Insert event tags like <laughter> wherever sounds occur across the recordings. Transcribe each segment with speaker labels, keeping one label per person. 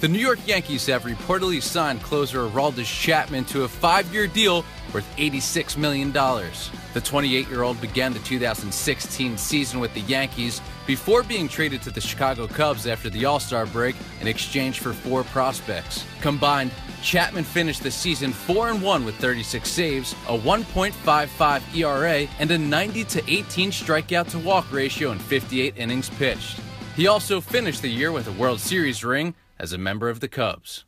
Speaker 1: The New York Yankees have reportedly signed closer Araldis Chapman to a five year deal worth $86 million. The 28 year old began the 2016 season with the Yankees before being traded to the Chicago Cubs after the All Star break in exchange for four prospects. Combined, Chapman finished the season 4 and 1 with 36 saves, a 1.55 ERA, and E a 90 to 18 strikeout to walk ratio in 58 innings pitched. He also finished the year with a World Series ring as a member of the Cubs.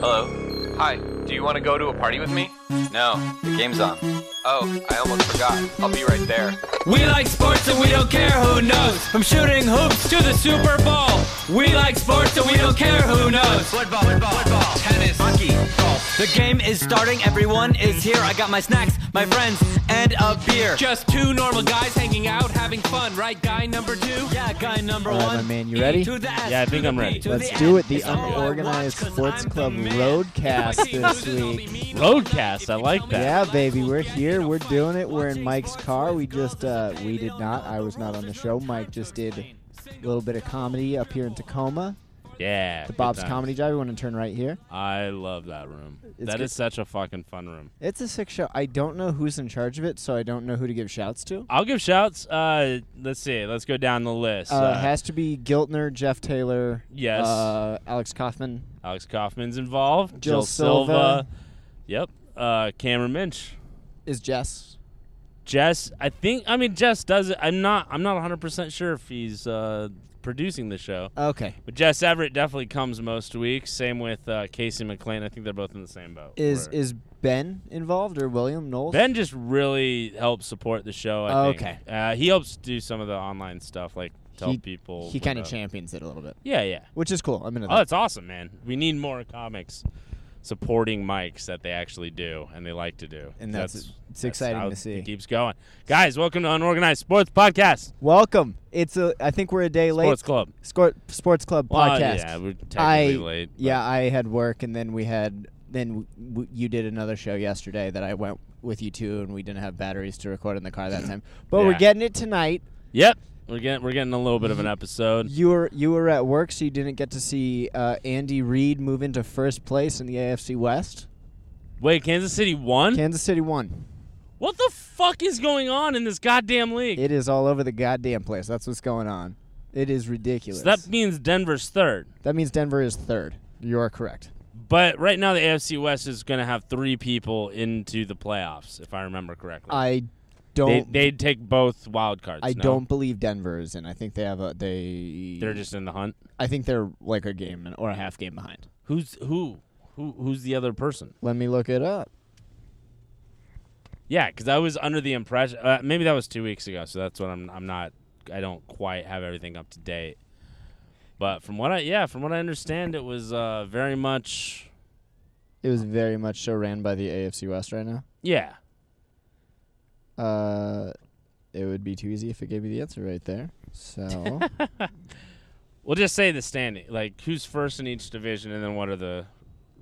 Speaker 2: Hello.
Speaker 3: Hi, do you want to go to a party with me?
Speaker 2: No, the game's on.
Speaker 3: Oh, I almost forgot. I'll be right there.
Speaker 4: We like sports and we don't care who knows. From shooting hoops to the Super Bowl. We like sports and we don't care who knows.
Speaker 5: Football, football, football, tennis, hockey, golf.
Speaker 6: The game is starting, everyone is here. I got my snacks, my friends, and a beer.
Speaker 4: Just two normal guys hanging out, having fun, right? Guy number two?
Speaker 6: Yeah, guy number
Speaker 7: All right,
Speaker 6: one.
Speaker 7: my man, you ready?
Speaker 6: E to the S,
Speaker 8: Yeah, I think
Speaker 6: to
Speaker 8: I'm
Speaker 6: the B,
Speaker 8: ready.
Speaker 6: to
Speaker 7: Let's
Speaker 6: the
Speaker 7: do
Speaker 6: N.
Speaker 7: it. The
Speaker 6: It's all I watch
Speaker 7: Unorganized
Speaker 6: 'cause
Speaker 7: Sports
Speaker 6: I'm the
Speaker 7: Club
Speaker 6: man.
Speaker 7: Roadcast
Speaker 4: Team
Speaker 7: this
Speaker 4: loses, I'll be
Speaker 7: week.
Speaker 4: mean.
Speaker 8: Roadcast, I like that.
Speaker 7: Yeah, baby, we're here. We're doing it. We're in Mike's car. We just, uh, we did not. I was not on the show. Mike just did a little bit of comedy up here in Tacoma.
Speaker 8: Yeah.
Speaker 7: The
Speaker 8: good
Speaker 7: Bob's
Speaker 8: times.
Speaker 7: Comedy Drive. We want to turn right here.
Speaker 8: I love that room.
Speaker 7: It's
Speaker 8: that
Speaker 7: good.
Speaker 8: is such a fucking fun room.
Speaker 7: It's a sick show. I don't know who's in charge of it, so I don't know who to give shouts to.
Speaker 8: I'll give shouts. Uh, let's see. Let's go down the list.
Speaker 7: Uh, has to be Giltner, Jeff Taylor,
Speaker 8: Yes.
Speaker 7: uh, Alex Kaufman,
Speaker 8: Alex Kaufman's involved.
Speaker 7: Jill
Speaker 8: Silva.
Speaker 7: Silva.
Speaker 8: Yep. Uh, Cameron Minch.
Speaker 7: is Jess.
Speaker 8: Jess, I think. I mean, Jess does it. I'm not. I'm not 100 percent sure if he's uh, producing the show.
Speaker 7: Okay.
Speaker 8: But Jess Everett definitely comes most weeks. Same with uh, Casey McLean. I think they're both in the same boat.
Speaker 7: Is
Speaker 8: where-
Speaker 7: is Ben involved or William Knowles?
Speaker 8: Ben just really helps support the show. I think.
Speaker 7: Okay.
Speaker 8: Uh, he helps do some of the online stuff, like tell
Speaker 7: He-
Speaker 8: people.
Speaker 7: He kind of
Speaker 8: about-
Speaker 7: champions it a little bit,
Speaker 8: Yeah, yeah.
Speaker 7: which is cool. I'm into
Speaker 8: Oh,
Speaker 7: that.
Speaker 8: that's awesome, man. We need more comics supporting mics that they actually do and they like to do.
Speaker 7: And that's- it's exciting
Speaker 8: how
Speaker 7: to see.
Speaker 8: It keeps going, guys. Welcome to Unorganized Sports Podcast,
Speaker 7: Welcome. It's a. I think we're a day late.
Speaker 8: Sports Club
Speaker 7: Scor- sports Club
Speaker 8: Well,
Speaker 7: podcast.
Speaker 8: yeah, we're technically
Speaker 7: I,
Speaker 8: late. but-
Speaker 7: Yeah, I had work, and then we had then w- you did another show yesterday that I went with you to, and we didn't have batteries to record in the car
Speaker 8: <laughs>
Speaker 7: that time. But we're
Speaker 8: Yeah.
Speaker 7: getting it tonight.
Speaker 8: Yep. We're getting we're getting a little
Speaker 7: <laughs>
Speaker 8: bit of an episode.
Speaker 7: You were you were at work, so you didn't get to see uh, Andy Reid move into first place in the AFC West.
Speaker 8: Wait, Kansas City won?
Speaker 7: Kansas City won.
Speaker 8: what the fuck is going on in this goddamn league?
Speaker 7: It is all over the goddamn place. That's what's going on. It is ridiculous.
Speaker 8: So that means Denver's third.
Speaker 7: that means Denver is third. You are correct.
Speaker 8: But right now, the AFC West is going to have three people into the playoffs, if I remember correctly.
Speaker 7: I
Speaker 8: they,
Speaker 7: don't.
Speaker 8: they'd take both wild cards.
Speaker 7: I
Speaker 8: no?
Speaker 7: don't believe Denver is in. I think they have a they.
Speaker 8: They're just in the hunt.
Speaker 7: I think they're like a game and- or a half game behind.
Speaker 8: Who's who? Who who's the other person?
Speaker 7: Let me look it up.
Speaker 8: Yeah, because I was under the impression uh, maybe that was two weeks ago. So that's what I'm. I'm not. I don't quite have everything up to date. But from what I yeah, from what I understand, it was uh, very much
Speaker 7: It was very much so ran by the AFC West right now.
Speaker 8: yeah.
Speaker 7: Uh, it would be too easy if it gave you the answer right there.
Speaker 8: <laughs>
Speaker 7: So
Speaker 8: We'll just say the standing, like who's first in each division, and then what are the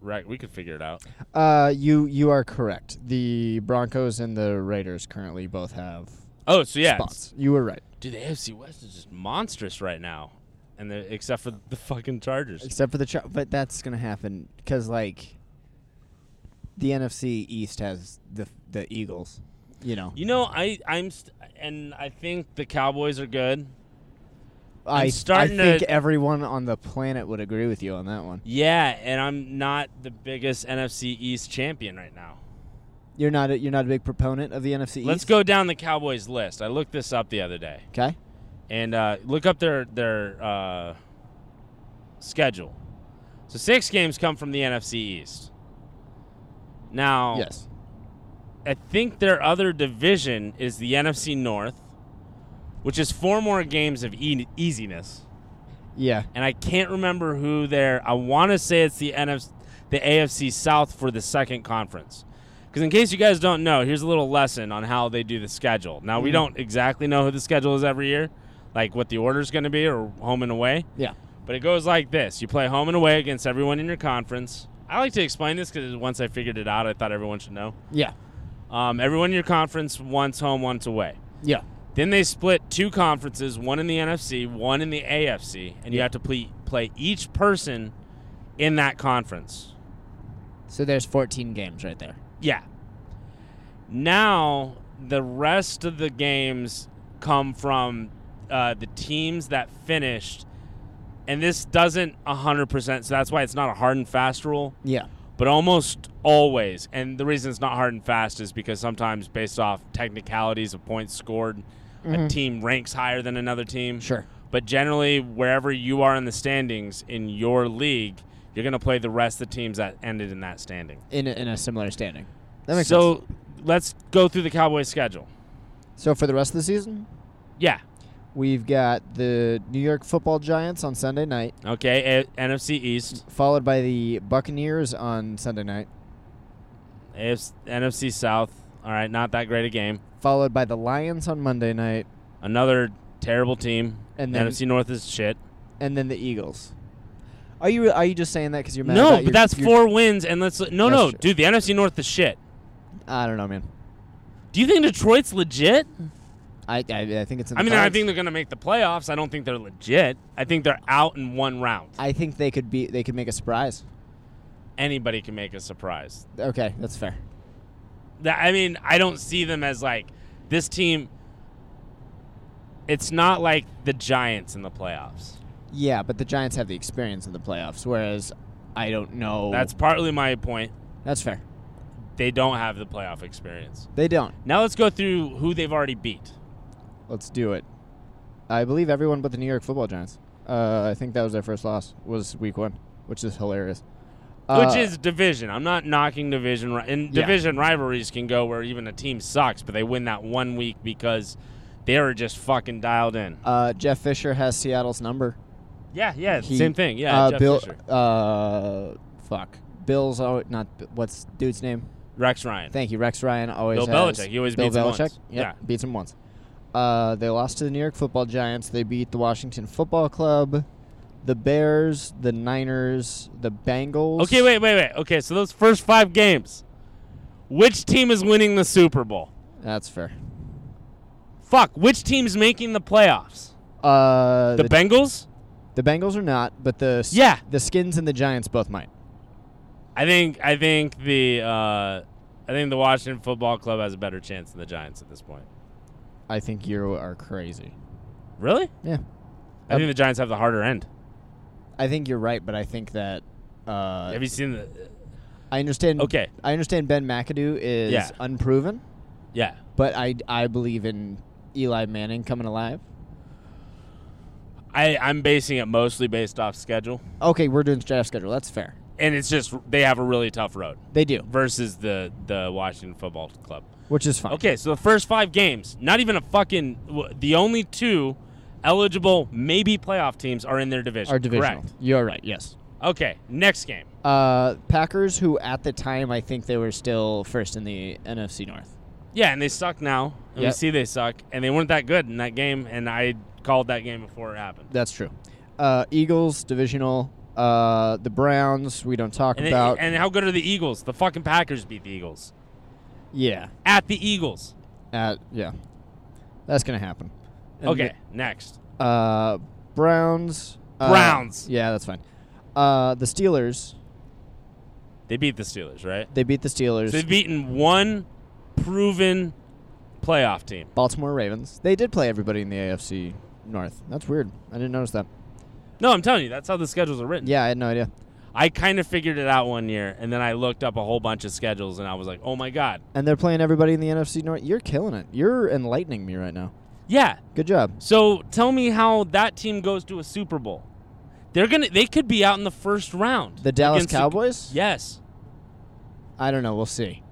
Speaker 8: right? We could figure it out.
Speaker 7: Uh, you you are correct. The Broncos and the Raiders currently both have
Speaker 8: Oh, so yeah, it's-
Speaker 7: spots. You were right,
Speaker 8: Dude, the AFC West is just monstrous right now, and they're- except for the fucking Chargers.
Speaker 7: except for the Char- but that's gonna happen because like the NFC East has the the Eagles. You know,
Speaker 8: You know, I I'm st- and I think the Cowboys are good.
Speaker 7: I
Speaker 8: starting
Speaker 7: I think
Speaker 8: to-
Speaker 7: everyone on the planet would agree with you on that one.
Speaker 8: Yeah, and I'm not the biggest NFC East champion right now.
Speaker 7: You're not a, you're not a big proponent of the NFC East.
Speaker 8: Let's go down the Cowboys list. I looked this up the other day,
Speaker 7: Okay.
Speaker 8: and uh, look up their their uh, schedule. So six games come from the NFC East. Now,
Speaker 7: Yes.
Speaker 8: I think their other division is the NFC North, which is four more games of e- easiness.
Speaker 7: Yeah.
Speaker 8: And I can't remember who their. I want to say it's the NFC, the AFC South for the second conference. Because in case you guys don't know, here's a little lesson on how they do the schedule. Now we don't exactly know who the schedule is every year, like what the order's going to be or home and away.
Speaker 7: Yeah.
Speaker 8: But it goes like this: you play home and away against everyone in your conference. I like to explain this because once I figured it out, I thought everyone should know.
Speaker 7: Yeah.
Speaker 8: Um, everyone in your conference, once home, once away.
Speaker 7: Yeah.
Speaker 8: Then they split two conferences, one in the NFC, one in the AFC, and you have to play, play each person in that conference.
Speaker 9: So there's 14 games right there.
Speaker 8: Yeah. Now the rest of the games come from uh, the teams that finished, and this doesn't 100%, so that's why it's not a hard and fast rule
Speaker 7: Yeah.
Speaker 8: but almost always. And the reason it's not hard and fast is because sometimes, based off technicalities of points scored,
Speaker 7: Mm-hmm.
Speaker 8: a team ranks higher than another team.
Speaker 9: Sure.
Speaker 8: But generally, wherever you are in the standings in your league, you're going to play the rest of the teams that ended in that standing.
Speaker 9: In a, in a similar standing.
Speaker 7: That makes
Speaker 8: so
Speaker 7: sense.
Speaker 8: let's go through the Cowboys' schedule.
Speaker 7: So for the rest of the season,
Speaker 8: Yeah.
Speaker 7: we've got the New York Football Giants on Sunday night,
Speaker 8: Okay. A- NFC East,
Speaker 7: followed by the Buccaneers on Sunday night,
Speaker 8: AFC- NFC South. All right. Not that great a game.
Speaker 7: followed by the Lions on Monday night,
Speaker 8: Another terrible team.
Speaker 7: And then-
Speaker 8: NFC North is shit.
Speaker 7: and then the Eagles. Are you are you just saying that because you're mad?
Speaker 8: No,
Speaker 7: about
Speaker 8: but
Speaker 7: your-
Speaker 8: that's
Speaker 7: your-
Speaker 8: four wins, and let's no,
Speaker 7: That's
Speaker 8: no,
Speaker 7: true.
Speaker 8: dude. The NFC North is shit.
Speaker 7: I don't know, man.
Speaker 8: Do you think Detroit's legit?
Speaker 7: I I, I think it's. In
Speaker 8: I
Speaker 7: the
Speaker 8: mean, I
Speaker 7: cards.
Speaker 8: think they're gonna make the playoffs. I don't think they're legit. I think they're out in one round.
Speaker 7: I think they could be. They could make a surprise.
Speaker 8: Anybody can make a surprise.
Speaker 7: Okay, that's fair.
Speaker 8: That- I mean, I don't see them as like this team. It's not like the Giants in the playoffs.
Speaker 7: Yeah, but the Giants have the experience in the playoffs, whereas I don't know.
Speaker 8: That's partly my point.
Speaker 7: that's fair.
Speaker 8: They don't have the playoff experience.
Speaker 7: They don't.
Speaker 8: Now let's go through who they've already beat.
Speaker 7: Let's do it. I believe everyone but the New York Football Giants. Uh, I think that was their first loss. Was Week One, which is hilarious. Uh,
Speaker 8: Which is division. I'm not knocking division. ri- And
Speaker 7: Yeah.
Speaker 8: division rivalries can go where even a team sucks, but they win that one week because they are just fucking dialed in.
Speaker 7: uh, Jeff Fisher has Seattle's number.
Speaker 8: Yeah, yeah,
Speaker 7: He-
Speaker 8: same thing. Yeah,
Speaker 7: uh,
Speaker 8: Jeff
Speaker 7: Bill.
Speaker 8: Fisher.
Speaker 7: Uh, fuck. Bill's al- not what's dude's name.
Speaker 8: Rex Ryan.
Speaker 7: Thank you, Rex Ryan. Always
Speaker 8: Bill
Speaker 7: has-
Speaker 8: Belichick. He always
Speaker 7: Bill
Speaker 8: beats him
Speaker 7: Belichick.
Speaker 8: once.
Speaker 7: Yep,
Speaker 8: Yeah.
Speaker 7: beats him once. Uh, they lost to the New York Football Giants. They beat the Washington Football Club, the Bears, the Niners, the Bengals.
Speaker 8: Okay, wait, wait, wait. Okay, so those first five games, which team is winning the Super Bowl?
Speaker 7: That's fair.
Speaker 8: Fuck, which team's making the playoffs?
Speaker 7: Uh,
Speaker 8: The,
Speaker 7: the, the,
Speaker 8: Bengals?
Speaker 7: Bengals are not, but the s-
Speaker 8: Yeah.
Speaker 7: the Skins and the Giants both might.
Speaker 8: I think I think the uh, I think the Washington Football Club has a better chance than the Giants at this point.
Speaker 7: I think you are crazy.
Speaker 8: Really?
Speaker 7: Yeah,
Speaker 8: I
Speaker 7: Um,
Speaker 8: think the Giants have the harder end.
Speaker 7: I think you're right, but I think that uh,
Speaker 8: Have you seen the?
Speaker 7: I understand.
Speaker 8: Okay.
Speaker 7: I understand Ben McAdoo is
Speaker 8: Yeah.
Speaker 7: unproven,
Speaker 8: Yeah.
Speaker 7: but I I believe in Eli Manning coming alive.
Speaker 8: I, I'm basing it mostly based off schedule.
Speaker 7: Okay, we're doing draft schedule. That's fair.
Speaker 8: And it's just they have a really tough road
Speaker 7: They do,
Speaker 8: versus the, the Washington Football Club.
Speaker 7: which is fine.
Speaker 8: Okay, so the first five games, not even a fucking. w- The only two eligible, maybe playoff teams are in their division.
Speaker 7: Our divisional.
Speaker 8: Correct.
Speaker 7: You're right. Yes.
Speaker 8: Okay, next game.
Speaker 7: Uh, Packers, who at the time I think they were still first in the NFC North.
Speaker 8: Yeah, and they suck now. And We
Speaker 7: Yep.
Speaker 8: see they suck. And they weren't that good in that game. And I called that game before it happened.
Speaker 7: That's true. Uh, Eagles divisional. Uh, the Browns we don't talk
Speaker 8: And, it-
Speaker 7: about.
Speaker 8: and how good are the Eagles? The fucking Packers beat the Eagles.
Speaker 7: yeah.
Speaker 8: At the Eagles.
Speaker 7: Uh, yeah. That's gonna happen. And
Speaker 8: Okay, next.
Speaker 7: the- uh, Browns. uh,
Speaker 8: Browns.
Speaker 7: Yeah, that's fine. Uh, the Steelers.
Speaker 8: They beat the Steelers, right?
Speaker 7: They beat the Steelers.
Speaker 8: They've beaten one proven playoff team.
Speaker 7: Baltimore Ravens. They did play everybody in the AFC North. That's weird. I didn't notice that.
Speaker 8: No, I'm telling you, that's how the schedules are written.
Speaker 7: Yeah, I had no idea.
Speaker 8: I kind of figured it out one year, and then I looked up a whole bunch of schedules, and I was like, oh my god,
Speaker 7: and they're playing everybody in the NFC North. You're killing it. You're enlightening me right now.
Speaker 8: yeah.
Speaker 7: Good job.
Speaker 8: So tell me how that team goes to a Super Bowl. They're gonna, they could be out in the first round.
Speaker 7: The Dallas
Speaker 8: against the-
Speaker 7: Cowboys?
Speaker 8: yes,
Speaker 7: I don't know. We'll see.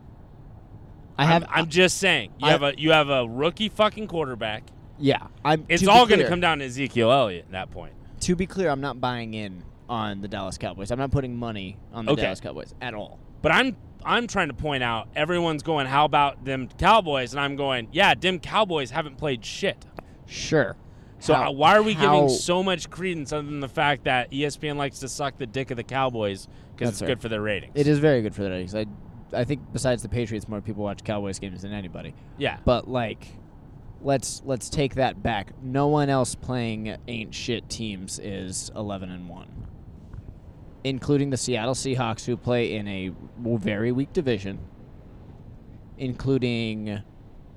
Speaker 7: I
Speaker 8: I
Speaker 7: have.
Speaker 8: am I'm just saying, you
Speaker 7: I-
Speaker 8: have a you have a rookie fucking quarterback.
Speaker 7: yeah. I'm.
Speaker 8: It's
Speaker 7: to be
Speaker 8: all gonna
Speaker 7: clear-
Speaker 8: come down to Ezekiel Elliott at that point.
Speaker 7: To be clear, I'm not buying in on the Dallas Cowboys. I'm not putting money on the
Speaker 8: Okay.
Speaker 7: Dallas Cowboys at all.
Speaker 8: But I'm I'm trying to point out everyone's going, how about them Cowboys? And I'm going, yeah, them Cowboys haven't played shit.
Speaker 7: Sure.
Speaker 8: So
Speaker 7: How-
Speaker 8: uh, why are we
Speaker 7: how-
Speaker 8: giving so much credence other than the fact that E ESPN likes to suck the dick of the Cowboys
Speaker 7: That's
Speaker 8: because it's
Speaker 7: fair.
Speaker 8: good for their ratings?
Speaker 7: It is very good for the ratings. I, I think besides the Patriots, more people watch Cowboys games than anybody.
Speaker 8: Yeah.
Speaker 7: But like, let's let's take that back. No one else playing ain't shit teams is 11 and 1. Including the Seattle Seahawks who play in a w- very weak division. Including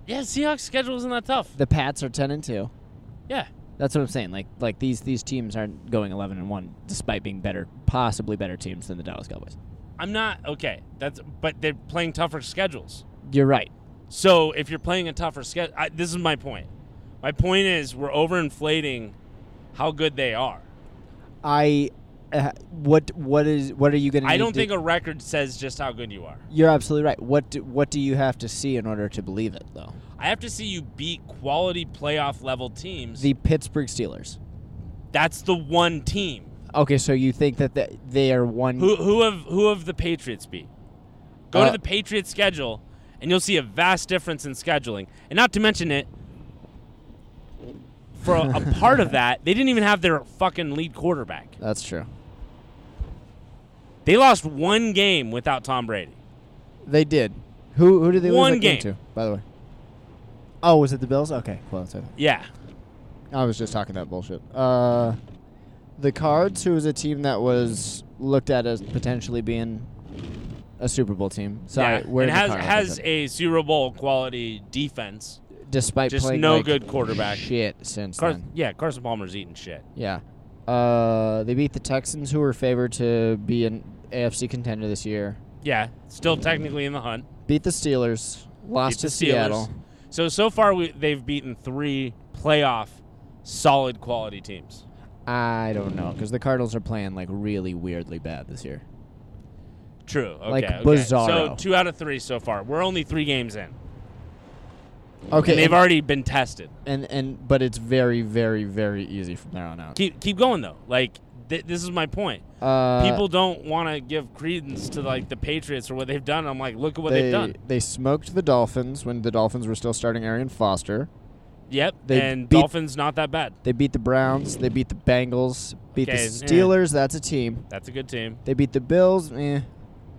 Speaker 8: Yeah, Seahawks schedule isn't that tough.
Speaker 7: the Pats are 10 and 2.
Speaker 8: Yeah.
Speaker 7: That's what I'm saying. Like like these these teams aren't going 11 and 1 despite being better possibly better teams than the Dallas Cowboys.
Speaker 8: I'm not okay. That's but they're playing tougher schedules.
Speaker 7: You're right.
Speaker 8: So if you're playing a tougher schedule, this is my point. My point is we're overinflating how good they are.
Speaker 7: I uh, what what is what are you going to
Speaker 8: I don't think a record says just how good you are.
Speaker 7: You're absolutely right. What do, what do you have to see in order to believe it though?
Speaker 8: I have to see you beat quality playoff level teams.
Speaker 7: The Pittsburgh Steelers.
Speaker 8: That's the one team.
Speaker 7: Okay, so you think that th- they are one?
Speaker 8: Who who have who have the Patriots beat? Go
Speaker 7: Mm. Uh,
Speaker 8: to the Patriots schedule and you'll see a vast difference in scheduling. And not to mention it for a, a
Speaker 7: <laughs>
Speaker 8: part of that, they didn't even have their fucking lead quarterback.
Speaker 7: That's true.
Speaker 8: They lost one game without Tom Brady.
Speaker 7: They did. Who who did they
Speaker 8: One
Speaker 7: lose that game,
Speaker 8: game.
Speaker 7: to? By the way. Oh, was it the Bills? Okay, close. I-
Speaker 8: Yeah.
Speaker 7: I was just talking that bullshit. Uh, the Cards, who was a team that was looked at as potentially being a Super Bowl team. Sorry,
Speaker 8: yeah.
Speaker 7: where
Speaker 8: and
Speaker 7: the
Speaker 8: has
Speaker 7: Cards
Speaker 8: has
Speaker 7: been.
Speaker 8: a Super Bowl quality defense.
Speaker 7: despite
Speaker 8: just
Speaker 7: playing
Speaker 8: no
Speaker 7: like,
Speaker 8: good quarterback.
Speaker 7: shit since
Speaker 8: Car-
Speaker 7: then.
Speaker 8: yeah, Carson Palmer's eating shit.
Speaker 7: Yeah. Uh, they beat the Texans, who were favored to be an AFC contender this year.
Speaker 8: Yeah, still technically in the hunt.
Speaker 7: Beat the Steelers. Lost
Speaker 8: Beat
Speaker 7: to
Speaker 8: the Steelers.
Speaker 7: Seattle.
Speaker 8: So so far we, they've beaten three playoff solid quality teams.
Speaker 7: I don't know because the Cardinals are playing like really weirdly bad this year.
Speaker 8: True. Okay.
Speaker 7: Like
Speaker 8: okay. So
Speaker 7: bizarro.
Speaker 8: two out of three so far. We're only three games in,
Speaker 7: Okay,
Speaker 8: and they've
Speaker 7: and,
Speaker 8: already been tested.
Speaker 7: and and- but it's very very very easy from there on out.
Speaker 8: Keep keep going though. Like th- this is my point.
Speaker 7: Uh,
Speaker 8: People don't want to give credence to like the Patriots or what they've done. I'm like, look at what
Speaker 7: they
Speaker 8: have done.
Speaker 7: they smoked the Dolphins when the Dolphins were still starting Arian Foster.
Speaker 8: Yep.
Speaker 7: they
Speaker 8: and
Speaker 7: beat-
Speaker 8: Dolphins not that bad.
Speaker 7: They beat the Browns. They beat the Bengals. Beat
Speaker 8: Okay, eh.
Speaker 7: the Steelers. That's a team.
Speaker 8: That's a good team.
Speaker 7: They beat the Bills, eh.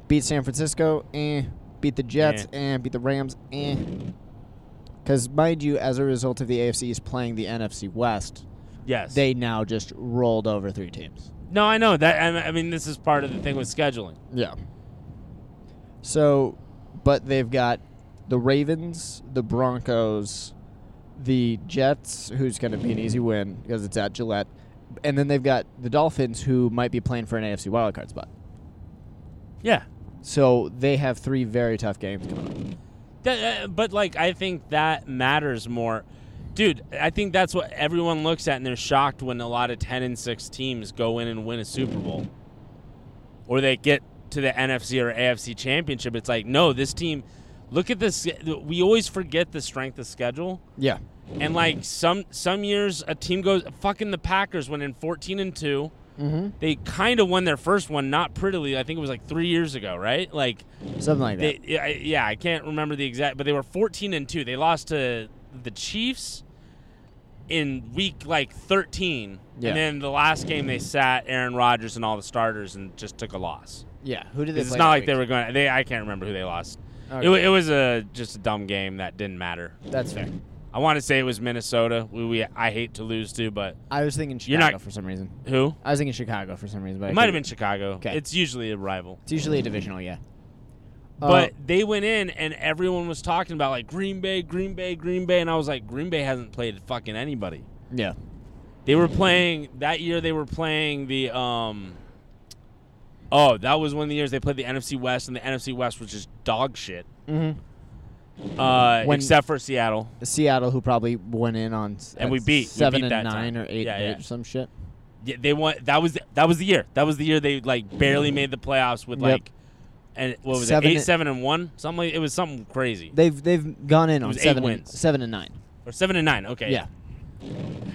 Speaker 7: Beat San Francisco, eh. Beat the Jets, eh. Beat the Rams, eh. Because, mind you, as a result of the AFC East playing the NFC West,
Speaker 8: Yes.
Speaker 7: they now just rolled over three teams.
Speaker 8: No, I know that. and I mean, this is part of the thing with scheduling.
Speaker 7: Yeah. So, but they've got the Ravens, the Broncos, the Jets, who's going to be an easy win because it's at Gillette, and then they've got the Dolphins, who might be playing for an AFC wildcard spot.
Speaker 8: Yeah.
Speaker 7: So they have three very tough games coming up.
Speaker 8: That- uh, but like, I think that matters more, dude. I think that's what everyone looks at, and they're shocked when a lot of ten and six teams go in and win a Super Bowl, or they get to the NFC or AFC championship. It's like, no, this team. Look at this. We always forget the strength of schedule,
Speaker 7: Yeah.
Speaker 8: and like some some years, a team goes fucking the Packers went in fourteen and two.
Speaker 7: Mm-hmm.
Speaker 8: They kind of won their first one, not prettily. I think it was like three years ago, right? Like
Speaker 7: Something like that.
Speaker 8: They, yeah, I- yeah, I can't remember the exact, but they were 14 and two. They lost to the Chiefs in week like 13,
Speaker 7: Yeah.
Speaker 8: and then the last game they sat Aaron Rodgers and all the starters and just took a loss.
Speaker 7: yeah. Who did
Speaker 8: 'Cause It's not like they were going. They, I can't remember who they lost. It, wa- it was a just a dumb game that didn't matter.
Speaker 7: That's fair.
Speaker 8: I want to say it was Minnesota. We, we I hate to lose to, but
Speaker 7: I was thinking
Speaker 8: You're
Speaker 7: Chicago
Speaker 8: not-
Speaker 7: for some reason.
Speaker 8: who?
Speaker 7: I was thinking Chicago for some reason. But I
Speaker 8: It might have been
Speaker 7: couldn't-
Speaker 8: Chicago.
Speaker 7: 'Kay.
Speaker 8: It's usually a rival.
Speaker 7: It's usually a divisional, yeah.
Speaker 8: But
Speaker 7: Uh,
Speaker 8: they went in and everyone was talking about like Green Bay, Green Bay, Green Bay, and I was like, Green Bay hasn't played fucking anybody.
Speaker 7: yeah.
Speaker 8: They were playing that year. They were playing the um. Oh, that was one of the years they played the NFC West, and the NFC West was just dog shit.
Speaker 7: Mm-hmm.
Speaker 8: Uh,
Speaker 7: When-
Speaker 8: except for Seattle.
Speaker 7: Seattle, who probably went in on s-
Speaker 8: And
Speaker 7: at
Speaker 8: we beat- we
Speaker 7: seven
Speaker 8: beat that
Speaker 7: and nine
Speaker 8: time.
Speaker 7: or eight
Speaker 8: Yeah,
Speaker 7: and eight
Speaker 8: yeah.
Speaker 7: or some shit.
Speaker 8: Yeah, they won. That was that was the year. That was the year they like barely made the playoffs with
Speaker 7: Yep.
Speaker 8: like, and what was
Speaker 7: Seven
Speaker 8: it? Eight,
Speaker 7: and-
Speaker 8: seven, and one. Something like, it was something crazy.
Speaker 7: They've they've gone in on
Speaker 8: was eight
Speaker 7: seven and,
Speaker 8: wins.
Speaker 7: seven and nine.
Speaker 8: Or seven and nine. Okay.
Speaker 7: Yeah.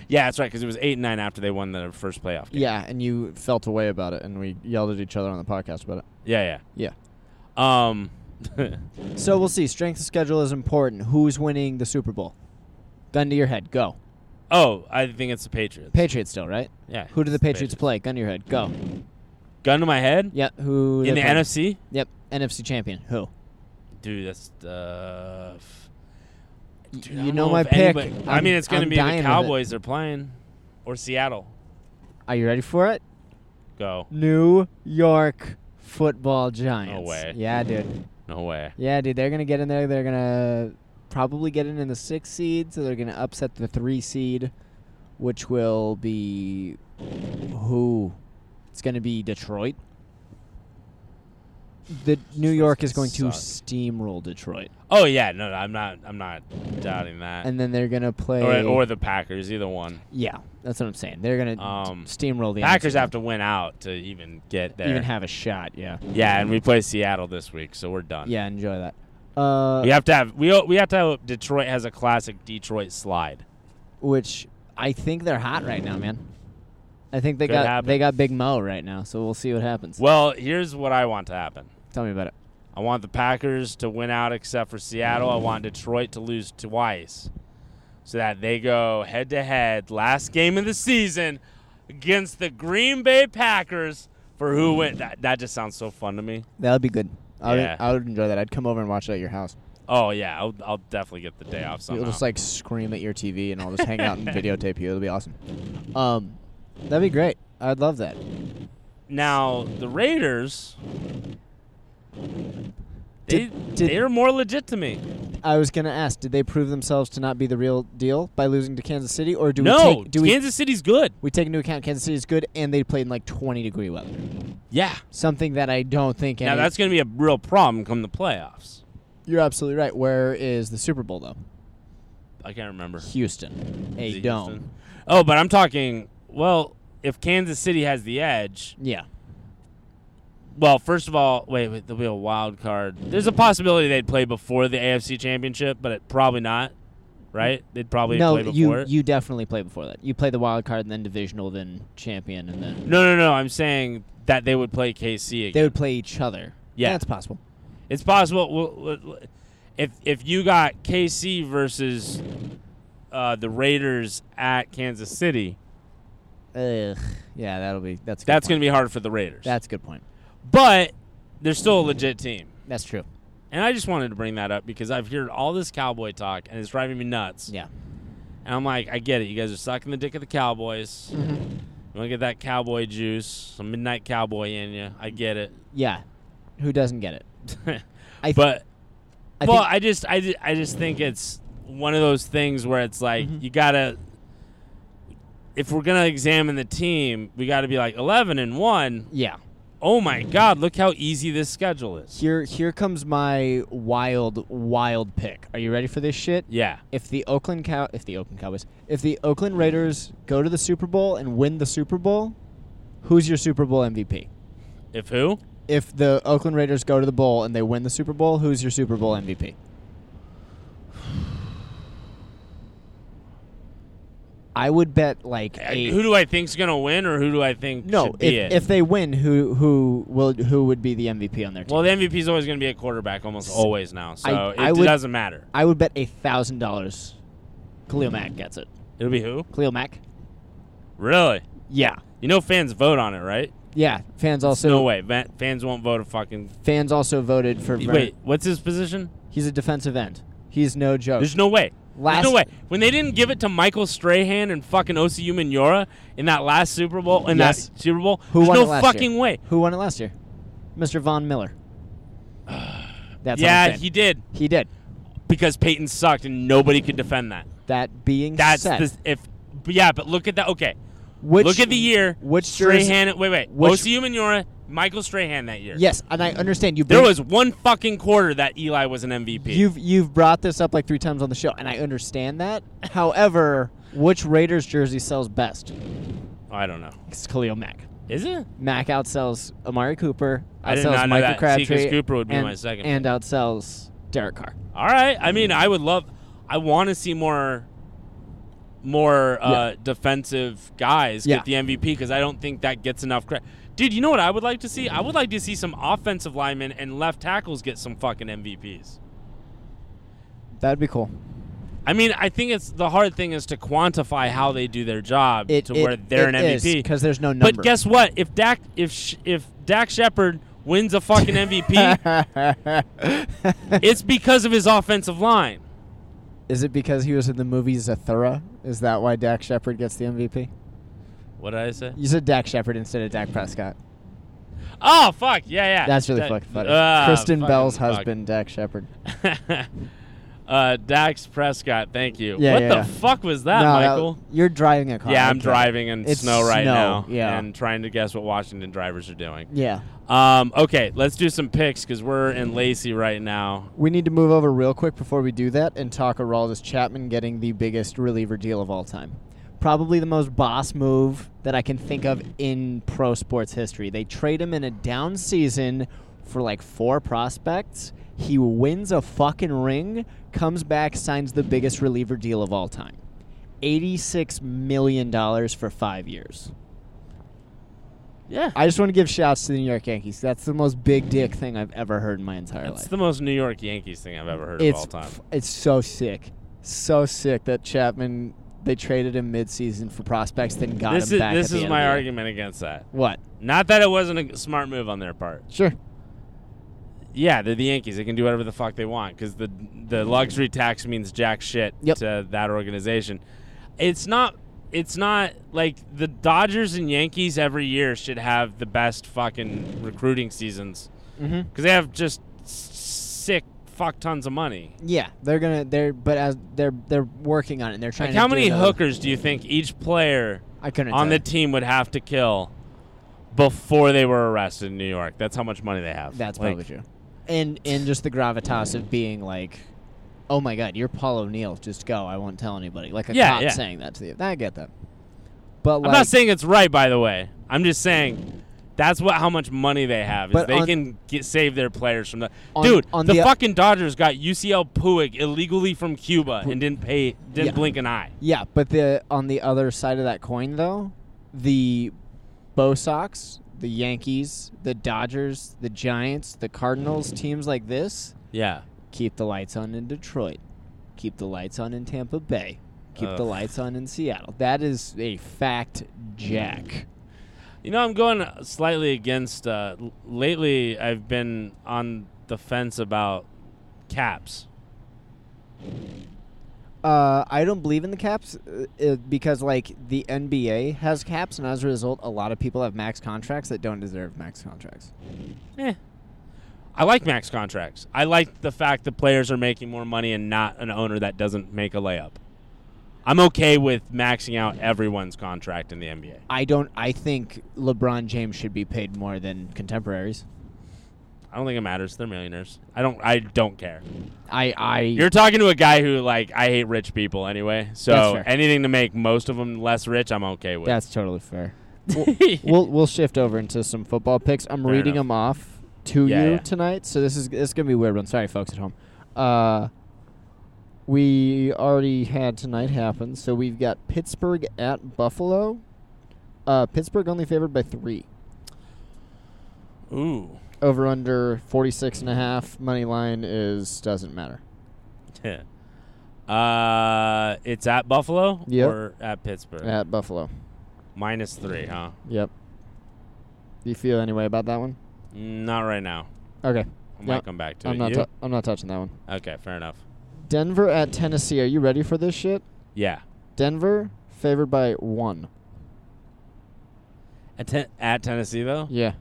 Speaker 8: Yeah, that's right. Because it was eight and nine after they won their first playoff game.
Speaker 7: Yeah, and you felt away about it, and we yelled at each other on the podcast about it.
Speaker 8: Yeah. Yeah.
Speaker 7: Yeah.
Speaker 8: Um,
Speaker 7: So we'll see. Strength of schedule is important. Who's winning the Super Bowl? Gun to your head, go.
Speaker 8: oh, I think it's the Patriots.
Speaker 7: Patriots still, right?
Speaker 8: yeah.
Speaker 7: Who do the
Speaker 8: it's
Speaker 7: Patriots play? Gun to your head, go.
Speaker 8: Gun to my head.
Speaker 7: Yeah, who
Speaker 8: In
Speaker 7: they
Speaker 8: the
Speaker 7: play?
Speaker 8: NFC.
Speaker 7: Yep, NFC champion. Who?
Speaker 8: Dude, that's uh, f- Dude, I
Speaker 7: you
Speaker 8: don't
Speaker 7: know my
Speaker 8: if
Speaker 7: pick.
Speaker 8: anybody- I
Speaker 7: I'm-
Speaker 8: mean, it's going
Speaker 7: I'm
Speaker 8: to be the
Speaker 7: dying with it.
Speaker 8: Cowboys they're playing, or Seattle.
Speaker 7: Are you ready for it?
Speaker 8: Go.
Speaker 7: New York Football Giants.
Speaker 8: way.
Speaker 7: Yeah, dude.
Speaker 8: No way.
Speaker 7: Yeah, dude. They're gonna get in there. They're gonna probably get in in the sixth seed, so they're gonna upset the three seed, which will be who? It's gonna be Detroit. The New York is going to
Speaker 8: Suck.
Speaker 7: steamroll Detroit,
Speaker 8: Oh yeah, no, no, I'm not. I'm not doubting that.
Speaker 7: and then they're gonna play.
Speaker 8: or, or the Packers, either one.
Speaker 7: yeah, that's what I'm saying. They're gonna
Speaker 8: Um,
Speaker 7: steamroll the
Speaker 8: Packers
Speaker 7: NFC.
Speaker 8: have to win out to even get there.
Speaker 7: even have a shot. Yeah,
Speaker 8: yeah, and we play Seattle this week, so we're done.
Speaker 7: yeah. Enjoy that. Uh,
Speaker 8: We have to have we we have to have Detroit has a classic Detroit slide.
Speaker 7: which I think they're hot right now, man. I think they
Speaker 8: Could
Speaker 7: got
Speaker 8: happen.
Speaker 7: they got Big Mo right now, so we'll see what happens.
Speaker 8: Well, here's what I want to happen.
Speaker 7: Tell me about it.
Speaker 8: I want the Packers to win out except for Seattle. I want Detroit to lose twice so that they go head to head last game of the season against the Green Bay Packers for who win. That, that just sounds so fun to me.
Speaker 7: That would be good. I would,
Speaker 8: Yeah.
Speaker 7: I would enjoy that. I'd come over and watch it at your house.
Speaker 8: Oh yeah, I'll, I'll definitely get the day off somehow.
Speaker 7: You'll just like scream at your TV, and I'll just hang
Speaker 8: <laughs>
Speaker 7: out and videotape you. It'll be awesome. Um, that'd be great. I'd love that.
Speaker 8: now the Raiders. They,
Speaker 7: Did- did-
Speaker 8: they are more legit to me.
Speaker 7: I was gonna ask, did they prove themselves to not be the real deal by losing to Kansas City, or do we
Speaker 8: no,
Speaker 7: take, do we
Speaker 8: Kansas City's good.
Speaker 7: we take into account Kansas City's good and they played in like 20 degree weather?
Speaker 8: Yeah.
Speaker 7: Something that I don't think.
Speaker 8: Now
Speaker 7: any-
Speaker 8: that's going to be a real problem come the playoffs.
Speaker 7: you're absolutely right. Where is the Super Bowl though?
Speaker 8: I can't remember.
Speaker 7: Houston, a
Speaker 8: Is it
Speaker 7: dome.
Speaker 8: Houston? Oh, but I'm talking. Well, if Kansas City has the edge,
Speaker 7: Yeah,
Speaker 8: well, first of all, wait, wait, there'll be a wild card. There's a possibility they'd play before the AFC Championship, but it, probably not. Right? They'd probably
Speaker 7: no,
Speaker 8: play before
Speaker 7: you
Speaker 8: it.
Speaker 7: you definitely play before that. You play the wild card, and then divisional, then champion, and then
Speaker 8: no, no, no. I'm saying that they would play KC
Speaker 7: they
Speaker 8: again.
Speaker 7: would play each other.
Speaker 8: Yeah.
Speaker 7: that's possible.
Speaker 8: It's possible. Well, well, well, If if you got KC versus uh, the Raiders at Kansas City,
Speaker 7: Ugh. Yeah, that'll be that's a good
Speaker 8: that's
Speaker 7: point.
Speaker 8: going to be hard for the Raiders.
Speaker 7: that's a good point.
Speaker 8: but they're still a legit team.
Speaker 7: That's true.
Speaker 8: And I just wanted to bring that up because I've heard all this cowboy talk and it's driving me nuts.
Speaker 7: Yeah,
Speaker 8: And I'm like, I get it. You guys are sucking the dick of the Cowboys.
Speaker 7: Mm-hmm.
Speaker 8: You want to get that cowboy juice, some midnight cowboy in you. I get it. <laughs>
Speaker 7: yeah. Who doesn't get it? I th-
Speaker 8: but
Speaker 7: I
Speaker 8: well,
Speaker 7: think,
Speaker 8: I just I, ju- I just think it's one of those things where it's like
Speaker 7: Mm-hmm.
Speaker 8: you gotta if we're gonna examine the team, we gotta be like eleven and one.
Speaker 7: yeah.
Speaker 8: Oh my god, look how easy this schedule is.
Speaker 7: Here here comes my wild wild pick. Are you ready for this shit?
Speaker 8: Yeah.
Speaker 7: If the Oakland Cow if the Oakland Cowboys if the Oakland Raiders go to the Super Bowl and win the Super Bowl, who's your Super Bowl MVP?
Speaker 8: If who?
Speaker 7: if the Oakland Raiders go to the bowl and they win the Super Bowl, who's your Super Bowl MVP? I would bet like
Speaker 8: I-
Speaker 7: eight.
Speaker 8: Uh, Who do I think's gonna win or who do I think
Speaker 7: no,
Speaker 8: should be
Speaker 7: if,
Speaker 8: it?
Speaker 7: if they win, who who will who would be the MVP on their team?
Speaker 8: well, the MVP is always going to be a quarterback, almost always now. So
Speaker 7: I-
Speaker 8: it
Speaker 7: I would-
Speaker 8: doesn't matter.
Speaker 7: I would bet a thousand dollars. Khalil Mack gets it.
Speaker 8: It'll be who?
Speaker 7: Khalil Mack.
Speaker 8: Really?
Speaker 7: Yeah,
Speaker 8: You know, fans vote on it, right?
Speaker 7: yeah. Fans also
Speaker 8: no way. Va- fans won't vote a fucking.
Speaker 7: fans also voted for. Vern-
Speaker 8: Wait, what's his position?
Speaker 7: he's a defensive end. He's no joke.
Speaker 8: There's no way.
Speaker 7: Last-
Speaker 8: There's no way. When they didn't give it to Michael Strahan and fucking OCU Mignora in that last Super Bowl, in
Speaker 7: Yes.
Speaker 8: that Super Bowl,
Speaker 7: Who
Speaker 8: there's
Speaker 7: won
Speaker 8: no
Speaker 7: it last
Speaker 8: fucking
Speaker 7: year?
Speaker 8: way.
Speaker 7: Who won it last year? Mr. Von Miller. <sighs> That's what I'm
Speaker 8: yeah,
Speaker 7: saying.
Speaker 8: he did
Speaker 7: He did.
Speaker 8: because Peyton sucked and nobody could defend that.
Speaker 7: That being
Speaker 8: That's
Speaker 7: said,
Speaker 8: the if. but Yeah, but look at that. Okay,
Speaker 7: which,
Speaker 8: look at the year.
Speaker 7: Which jersey?
Speaker 8: Strahan? Wait, wait.
Speaker 7: which-
Speaker 8: OCU Mignora, Michael Strahan that year.
Speaker 7: Yes, and I understand you.
Speaker 8: There
Speaker 7: bring-
Speaker 8: was one fucking quarter that Eli was an MVP.
Speaker 7: You've you've brought this up like three times on the show, and I understand that. However, which Raiders jersey sells best?
Speaker 8: I don't know.
Speaker 7: It's Khalil Mack.
Speaker 8: Is it?
Speaker 7: Mack outsells Amari Cooper.
Speaker 8: I did
Speaker 7: outsells
Speaker 8: not know
Speaker 7: Michael
Speaker 8: that. See, 'cause
Speaker 7: Crabtree.
Speaker 8: Cooper would be
Speaker 7: and,
Speaker 8: my second
Speaker 7: And outsells Derek Carr.
Speaker 8: All right. I mean, I would love. I want to see more, more uh, defensive guys get
Speaker 7: Yeah.
Speaker 8: the MVP because I don't think that gets enough credit. Dude, you know what I would like to see? I would like to see some offensive linemen and left tackles get some fucking MVPs.
Speaker 7: That'd be cool.
Speaker 8: I mean, I think it's the hard thing is to quantify how they do their job
Speaker 7: It,
Speaker 8: to
Speaker 7: it,
Speaker 8: where they're an MVP.
Speaker 7: because there's no number.
Speaker 8: But guess what? If Dak if Sh- if Dak Shepard wins a
Speaker 7: <laughs>
Speaker 8: fucking MVP, it's because of his offensive line.
Speaker 7: Is it because he was in the movie Zathura? Is that why Dak Shepard gets the MVP?
Speaker 8: What did I say?
Speaker 7: You said Dak Shepard instead of Dak Prescott.
Speaker 8: Oh fuck! Yeah, yeah.
Speaker 7: That's really
Speaker 8: That-
Speaker 7: fucking funny.
Speaker 8: Ah,
Speaker 7: Kristen
Speaker 8: fucking
Speaker 7: Bell's
Speaker 8: fuck.
Speaker 7: husband, Dak Shepard.
Speaker 8: uh, Dax Prescott. Thank you.
Speaker 7: Yeah,
Speaker 8: what
Speaker 7: yeah,
Speaker 8: the
Speaker 7: yeah.
Speaker 8: fuck was that,
Speaker 7: No, that-
Speaker 8: Michael?
Speaker 7: you're driving a car.
Speaker 8: yeah, I'm
Speaker 7: okay.
Speaker 8: driving in
Speaker 7: It's
Speaker 8: snow right
Speaker 7: snow,
Speaker 8: now.
Speaker 7: yeah.
Speaker 8: And trying to guess what Washington drivers are doing.
Speaker 7: Yeah.
Speaker 8: Um, okay, let's do some picks because we're in Lacey right now.
Speaker 7: We need to move over real quick before we do that and talk Araldis Chapman getting the biggest reliever deal of all time. Probably the most boss move that I can think of in pro sports history. They trade him in a down season for like four prospects. He wins a fucking ring, comes back, signs the biggest reliever deal of all time. $86 million for five years.
Speaker 8: Yeah.
Speaker 7: I just want to give shouts to the New York Yankees. That's the most big dick thing I've ever heard in my entire life.
Speaker 8: It's the most New York Yankees thing I've ever heard
Speaker 7: it's
Speaker 8: of all time.
Speaker 7: f- it's so sick, so sick that Chapman they traded him midseason for prospects, then got
Speaker 8: This
Speaker 7: him
Speaker 8: is
Speaker 7: back.
Speaker 8: this
Speaker 7: at the end
Speaker 8: is
Speaker 7: of
Speaker 8: my
Speaker 7: the year.
Speaker 8: argument against that.
Speaker 7: What?
Speaker 8: Not that it wasn't a smart move on their part.
Speaker 7: Sure.
Speaker 8: Yeah, they're the Yankees. They can do whatever the fuck they want because the the luxury tax means jack shit
Speaker 7: Yep.
Speaker 8: to that organization. It's not. It's not like the Dodgers and Yankees every year should have the best fucking recruiting seasons because
Speaker 7: Mm-hmm.
Speaker 8: they have just s- sick fuck tons of money.
Speaker 7: Yeah, they're gonna they're but as they're they're working on it. They're trying.
Speaker 8: Like
Speaker 7: to
Speaker 8: how
Speaker 7: do
Speaker 8: many
Speaker 7: another-
Speaker 8: hookers do you think each player
Speaker 7: I couldn't
Speaker 8: on
Speaker 7: tell.
Speaker 8: the team would have to kill before they were arrested in New York? That's how much money they have.
Speaker 7: That's
Speaker 8: Like,
Speaker 7: probably true. And and just the gravitas of being like, oh my god, you're Paul O'Neill. Just go. I won't tell anybody. Like a
Speaker 8: Yeah,
Speaker 7: cop
Speaker 8: yeah.
Speaker 7: saying that to you. I get that. But
Speaker 8: I'm
Speaker 7: like,
Speaker 8: not saying it's right, by the way. I'm just saying that's what how much money they have. Is
Speaker 7: But
Speaker 8: they
Speaker 7: on-
Speaker 8: can get, save their players from the
Speaker 7: On-
Speaker 8: dude.
Speaker 7: on
Speaker 8: the,
Speaker 7: the-
Speaker 8: fucking Dodgers got UCL Puig illegally from Cuba and didn't pay, didn't
Speaker 7: Yeah.
Speaker 8: blink an eye.
Speaker 7: Yeah, but the on the other side of that coin though, the Bo Sox, the Yankees, the Dodgers, the Giants, the Cardinals, teams like this
Speaker 8: Yeah,
Speaker 7: keep the lights on in Detroit. Keep the lights on in Tampa Bay. Keep the
Speaker 8: Ugh.
Speaker 7: lights on in Seattle. That is a fact, Jack.
Speaker 8: you know I'm going slightly against. Uh, l- lately, I've been on the fence about caps.
Speaker 7: Uh, I don't believe in the caps uh, uh, because like the NBA has caps, and as a result, a lot of people have max contracts that don't deserve max contracts.
Speaker 8: Eh. I like max contracts. I like the fact that players are making more money and not an owner that doesn't make a layup. I'm okay with maxing out everyone's contract in the NBA.
Speaker 7: I don't. I think LeBron James should be paid more than contemporaries.
Speaker 8: I don't think it matters. They're millionaires. I don't. I don't care.
Speaker 7: I. I.
Speaker 8: You're talking to a guy who like I hate rich people anyway.
Speaker 7: That's
Speaker 8: So
Speaker 7: fair.
Speaker 8: anything to make most of them less rich, I'm okay with.
Speaker 7: that's totally fair. We'll,
Speaker 8: <laughs>
Speaker 7: we'll we'll shift over into some football picks. I'm
Speaker 8: Fair
Speaker 7: reading
Speaker 8: enough.
Speaker 7: them off to
Speaker 8: Yeah,
Speaker 7: you
Speaker 8: yeah.
Speaker 7: tonight, so this is this is gonna be a weird one. Sorry, folks at home. Uh, we already had tonight happen, so we've got Pittsburgh at Buffalo. Uh, Pittsburgh only favored by three.
Speaker 8: Ooh. <laughs>
Speaker 7: Over under 46 and a half. Money line is doesn't matter.
Speaker 8: uh, it's at Buffalo
Speaker 7: Yep.
Speaker 8: or at Pittsburgh.
Speaker 7: At Buffalo.
Speaker 8: Minus three, huh?
Speaker 7: Yep. Do you feel any way about that one?
Speaker 8: Not right now.
Speaker 7: Okay.
Speaker 8: I
Speaker 7: No,
Speaker 8: might come back to
Speaker 7: I'm
Speaker 8: it.
Speaker 7: not.
Speaker 8: You?
Speaker 7: tou- I'm not touching that one.
Speaker 8: Okay, fair enough.
Speaker 7: Denver at Tennessee. Are you ready for this shit?
Speaker 8: Yeah.
Speaker 7: Denver favored by one.
Speaker 8: At, ten- at Tennessee, though?
Speaker 7: Yeah,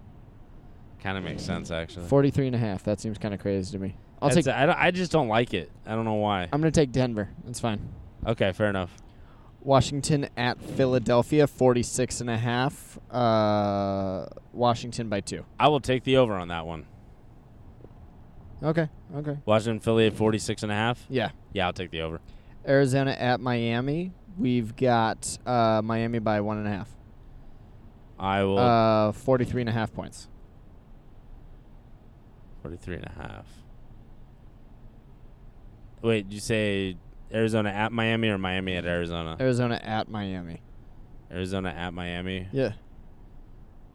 Speaker 8: Kind of makes sense, actually.
Speaker 7: 43 and a half. That seems kind of crazy to me. I'll
Speaker 8: That's-
Speaker 7: take. i
Speaker 8: I, don't- I just don't like it. I don't know why.
Speaker 7: I'm gonna take Denver. That's fine.
Speaker 8: Okay, fair enough.
Speaker 7: Washington at Philadelphia, 46 and a half. Uh, Washington by two.
Speaker 8: I will take the over on that one.
Speaker 7: Okay. Okay.
Speaker 8: Washington, Philly at 46 and a half?
Speaker 7: Yeah.
Speaker 8: Yeah, I'll take the over.
Speaker 7: Arizona at Miami. We've got uh, Miami by one and a half.
Speaker 8: I will.
Speaker 7: Uh, 43 and a half points.
Speaker 8: 43 and a half. Wait, did you say Arizona at Miami or Miami at Arizona?
Speaker 7: Arizona at Miami.
Speaker 8: Arizona at Miami.
Speaker 7: Yeah.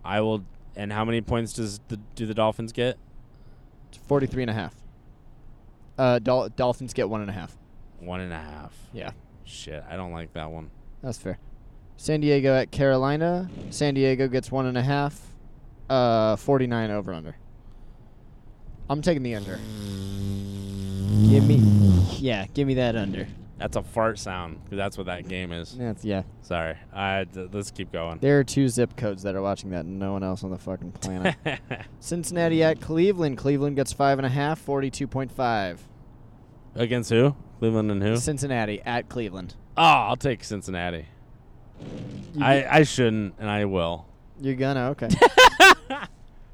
Speaker 8: I will. And how many points does the, do the Dolphins get?
Speaker 7: 43 and a half. Uh, Dol- Dolphins get one and a half.
Speaker 8: One and a half.
Speaker 7: Yeah,
Speaker 8: Shit, I don't like that one.
Speaker 7: that's fair. San Diego at Carolina. San Diego gets one and a half. Uh, 49 over under. I'm taking the under. Give me, yeah, give me that under.
Speaker 8: That's a fart sound 'cause that's what that game is.
Speaker 7: That's yeah.
Speaker 8: Sorry. I d- let's keep going.
Speaker 7: There are two zip codes that are watching that, and no one else on the fucking <laughs> planet. Cincinnati at Cleveland. Cleveland gets five and a half, 42.5.
Speaker 8: Against who? Cleveland and who?
Speaker 7: Cincinnati at Cleveland.
Speaker 8: Oh, I'll take Cincinnati. I, I shouldn't, and I will.
Speaker 7: You're gonna okay.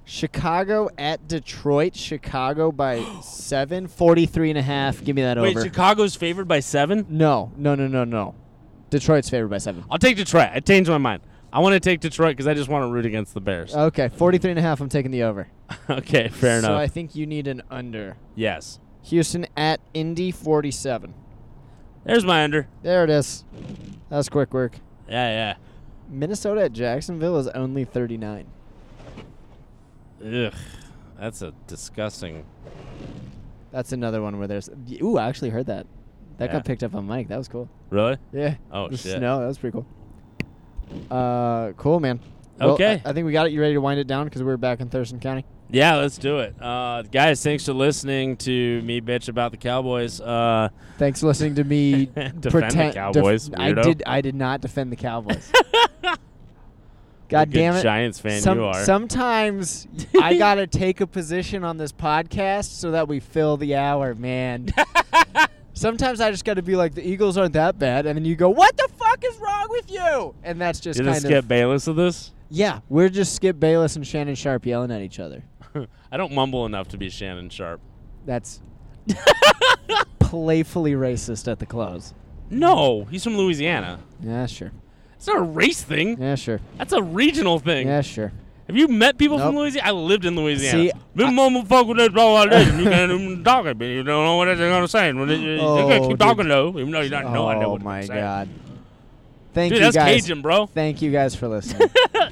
Speaker 7: Chicago at Detroit. Chicago by seven, 43 and a half. Give me that
Speaker 8: Wait,
Speaker 7: over.
Speaker 8: Chicago's favored by seven?
Speaker 7: no, no, no, no, no. Detroit's favored by seven.
Speaker 8: I'll take Detroit. I changed my mind. I want to take Detroit because I just want to root against the Bears.
Speaker 7: Okay, 43 and a half. I'm taking the over.
Speaker 8: <laughs> okay, fair
Speaker 7: So
Speaker 8: enough.
Speaker 7: I think you need an under.
Speaker 8: yes.
Speaker 7: Houston at Indy, 47.
Speaker 8: There's my under.
Speaker 7: There it is. That was quick work.
Speaker 8: Yeah,
Speaker 7: Minnesota at Jacksonville is only 39.
Speaker 8: yeah. Ugh. That's a disgusting.
Speaker 7: That's another one where there's. Ooh, I actually heard that. That
Speaker 8: Yeah.
Speaker 7: got picked up on mic. That was cool.
Speaker 8: Really?
Speaker 7: Yeah.
Speaker 8: Oh,
Speaker 7: the
Speaker 8: shit.
Speaker 7: Snow. That was pretty cool. Uh, cool, man. Well,
Speaker 8: Okay.
Speaker 7: I, I think we got it. You ready to wind it down because we're back in Thurston County.
Speaker 8: Yeah, let's do it. Uh, guys, thanks for listening to me bitch about the Cowboys. Uh,
Speaker 7: Thanks for listening to me
Speaker 8: <laughs> Defend the
Speaker 7: pretend- def-
Speaker 8: Cowboys,
Speaker 7: I
Speaker 8: weirdo.
Speaker 7: did. I did not defend the
Speaker 8: <laughs>
Speaker 7: Cowboys. God
Speaker 8: good
Speaker 7: damn it,
Speaker 8: Giants fan
Speaker 7: Some-
Speaker 8: you are.
Speaker 7: Sometimes
Speaker 8: <laughs>
Speaker 7: I gotta take a position on this podcast so that we fill the hour,
Speaker 8: <laughs>
Speaker 7: man. sometimes I just gotta be like, the Eagles aren't that bad, and then you go, "What the fuck is wrong with you?" And that's just
Speaker 8: You're going
Speaker 7: kind
Speaker 8: to
Speaker 7: of
Speaker 8: skip Bayless of this?
Speaker 7: yeah. We're just Skip Bayless and Shannon Sharp yelling at each other.
Speaker 8: I don't mumble enough to be Shannon Sharp.
Speaker 7: That's playfully racist at the close.
Speaker 8: No, he's from Louisiana.
Speaker 7: Yeah, sure.
Speaker 8: It's not a race thing.
Speaker 7: Yeah, sure.
Speaker 8: That's a regional thing.
Speaker 7: Yeah, sure.
Speaker 8: Have you met people from
Speaker 7: Nope.
Speaker 8: Louisiana? I lived in Louisiana.
Speaker 7: See,
Speaker 8: Them motherfuckers, they talk like this, and you can't even talk it, but You don't know what they're gonna say. Well, They, they- they
Speaker 7: Oh,
Speaker 8: gonna keep
Speaker 7: dude.
Speaker 8: talking though, even though you don't know. I know
Speaker 7: oh
Speaker 8: what
Speaker 7: my
Speaker 8: they're saying.
Speaker 7: god. Thank
Speaker 8: dude,
Speaker 7: you
Speaker 8: that's
Speaker 7: guys.
Speaker 8: Cajun, bro.
Speaker 7: Thank you guys for listening.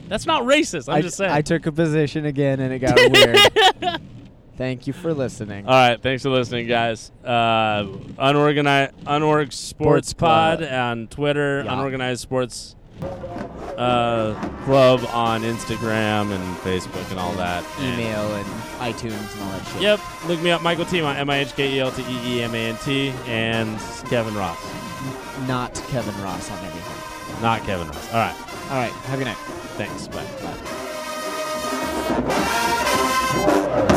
Speaker 8: That's not racist. <laughs> I'm
Speaker 7: I,
Speaker 8: just saying.
Speaker 7: I took a position again and it got weird.
Speaker 8: <laughs>
Speaker 7: Thank you for listening.
Speaker 8: All right, thanks for listening, guys. Uh, unorganized, unorg sports,
Speaker 7: Sports
Speaker 8: pod
Speaker 7: Club.
Speaker 8: on Twitter,
Speaker 7: Yeah.
Speaker 8: unorganized sports uh, club on Instagram and Facebook and all that. And-
Speaker 7: Email and iTunes and all that shit.
Speaker 8: Yep, look me up, Michael Team on M I H K E L T E E M A N T, and Kevin Ross,
Speaker 7: Not Kevin Ross on everything.
Speaker 8: not Kevin Ross. All right,
Speaker 7: All right. Have a good night.
Speaker 8: thanks, bye.
Speaker 7: Bye.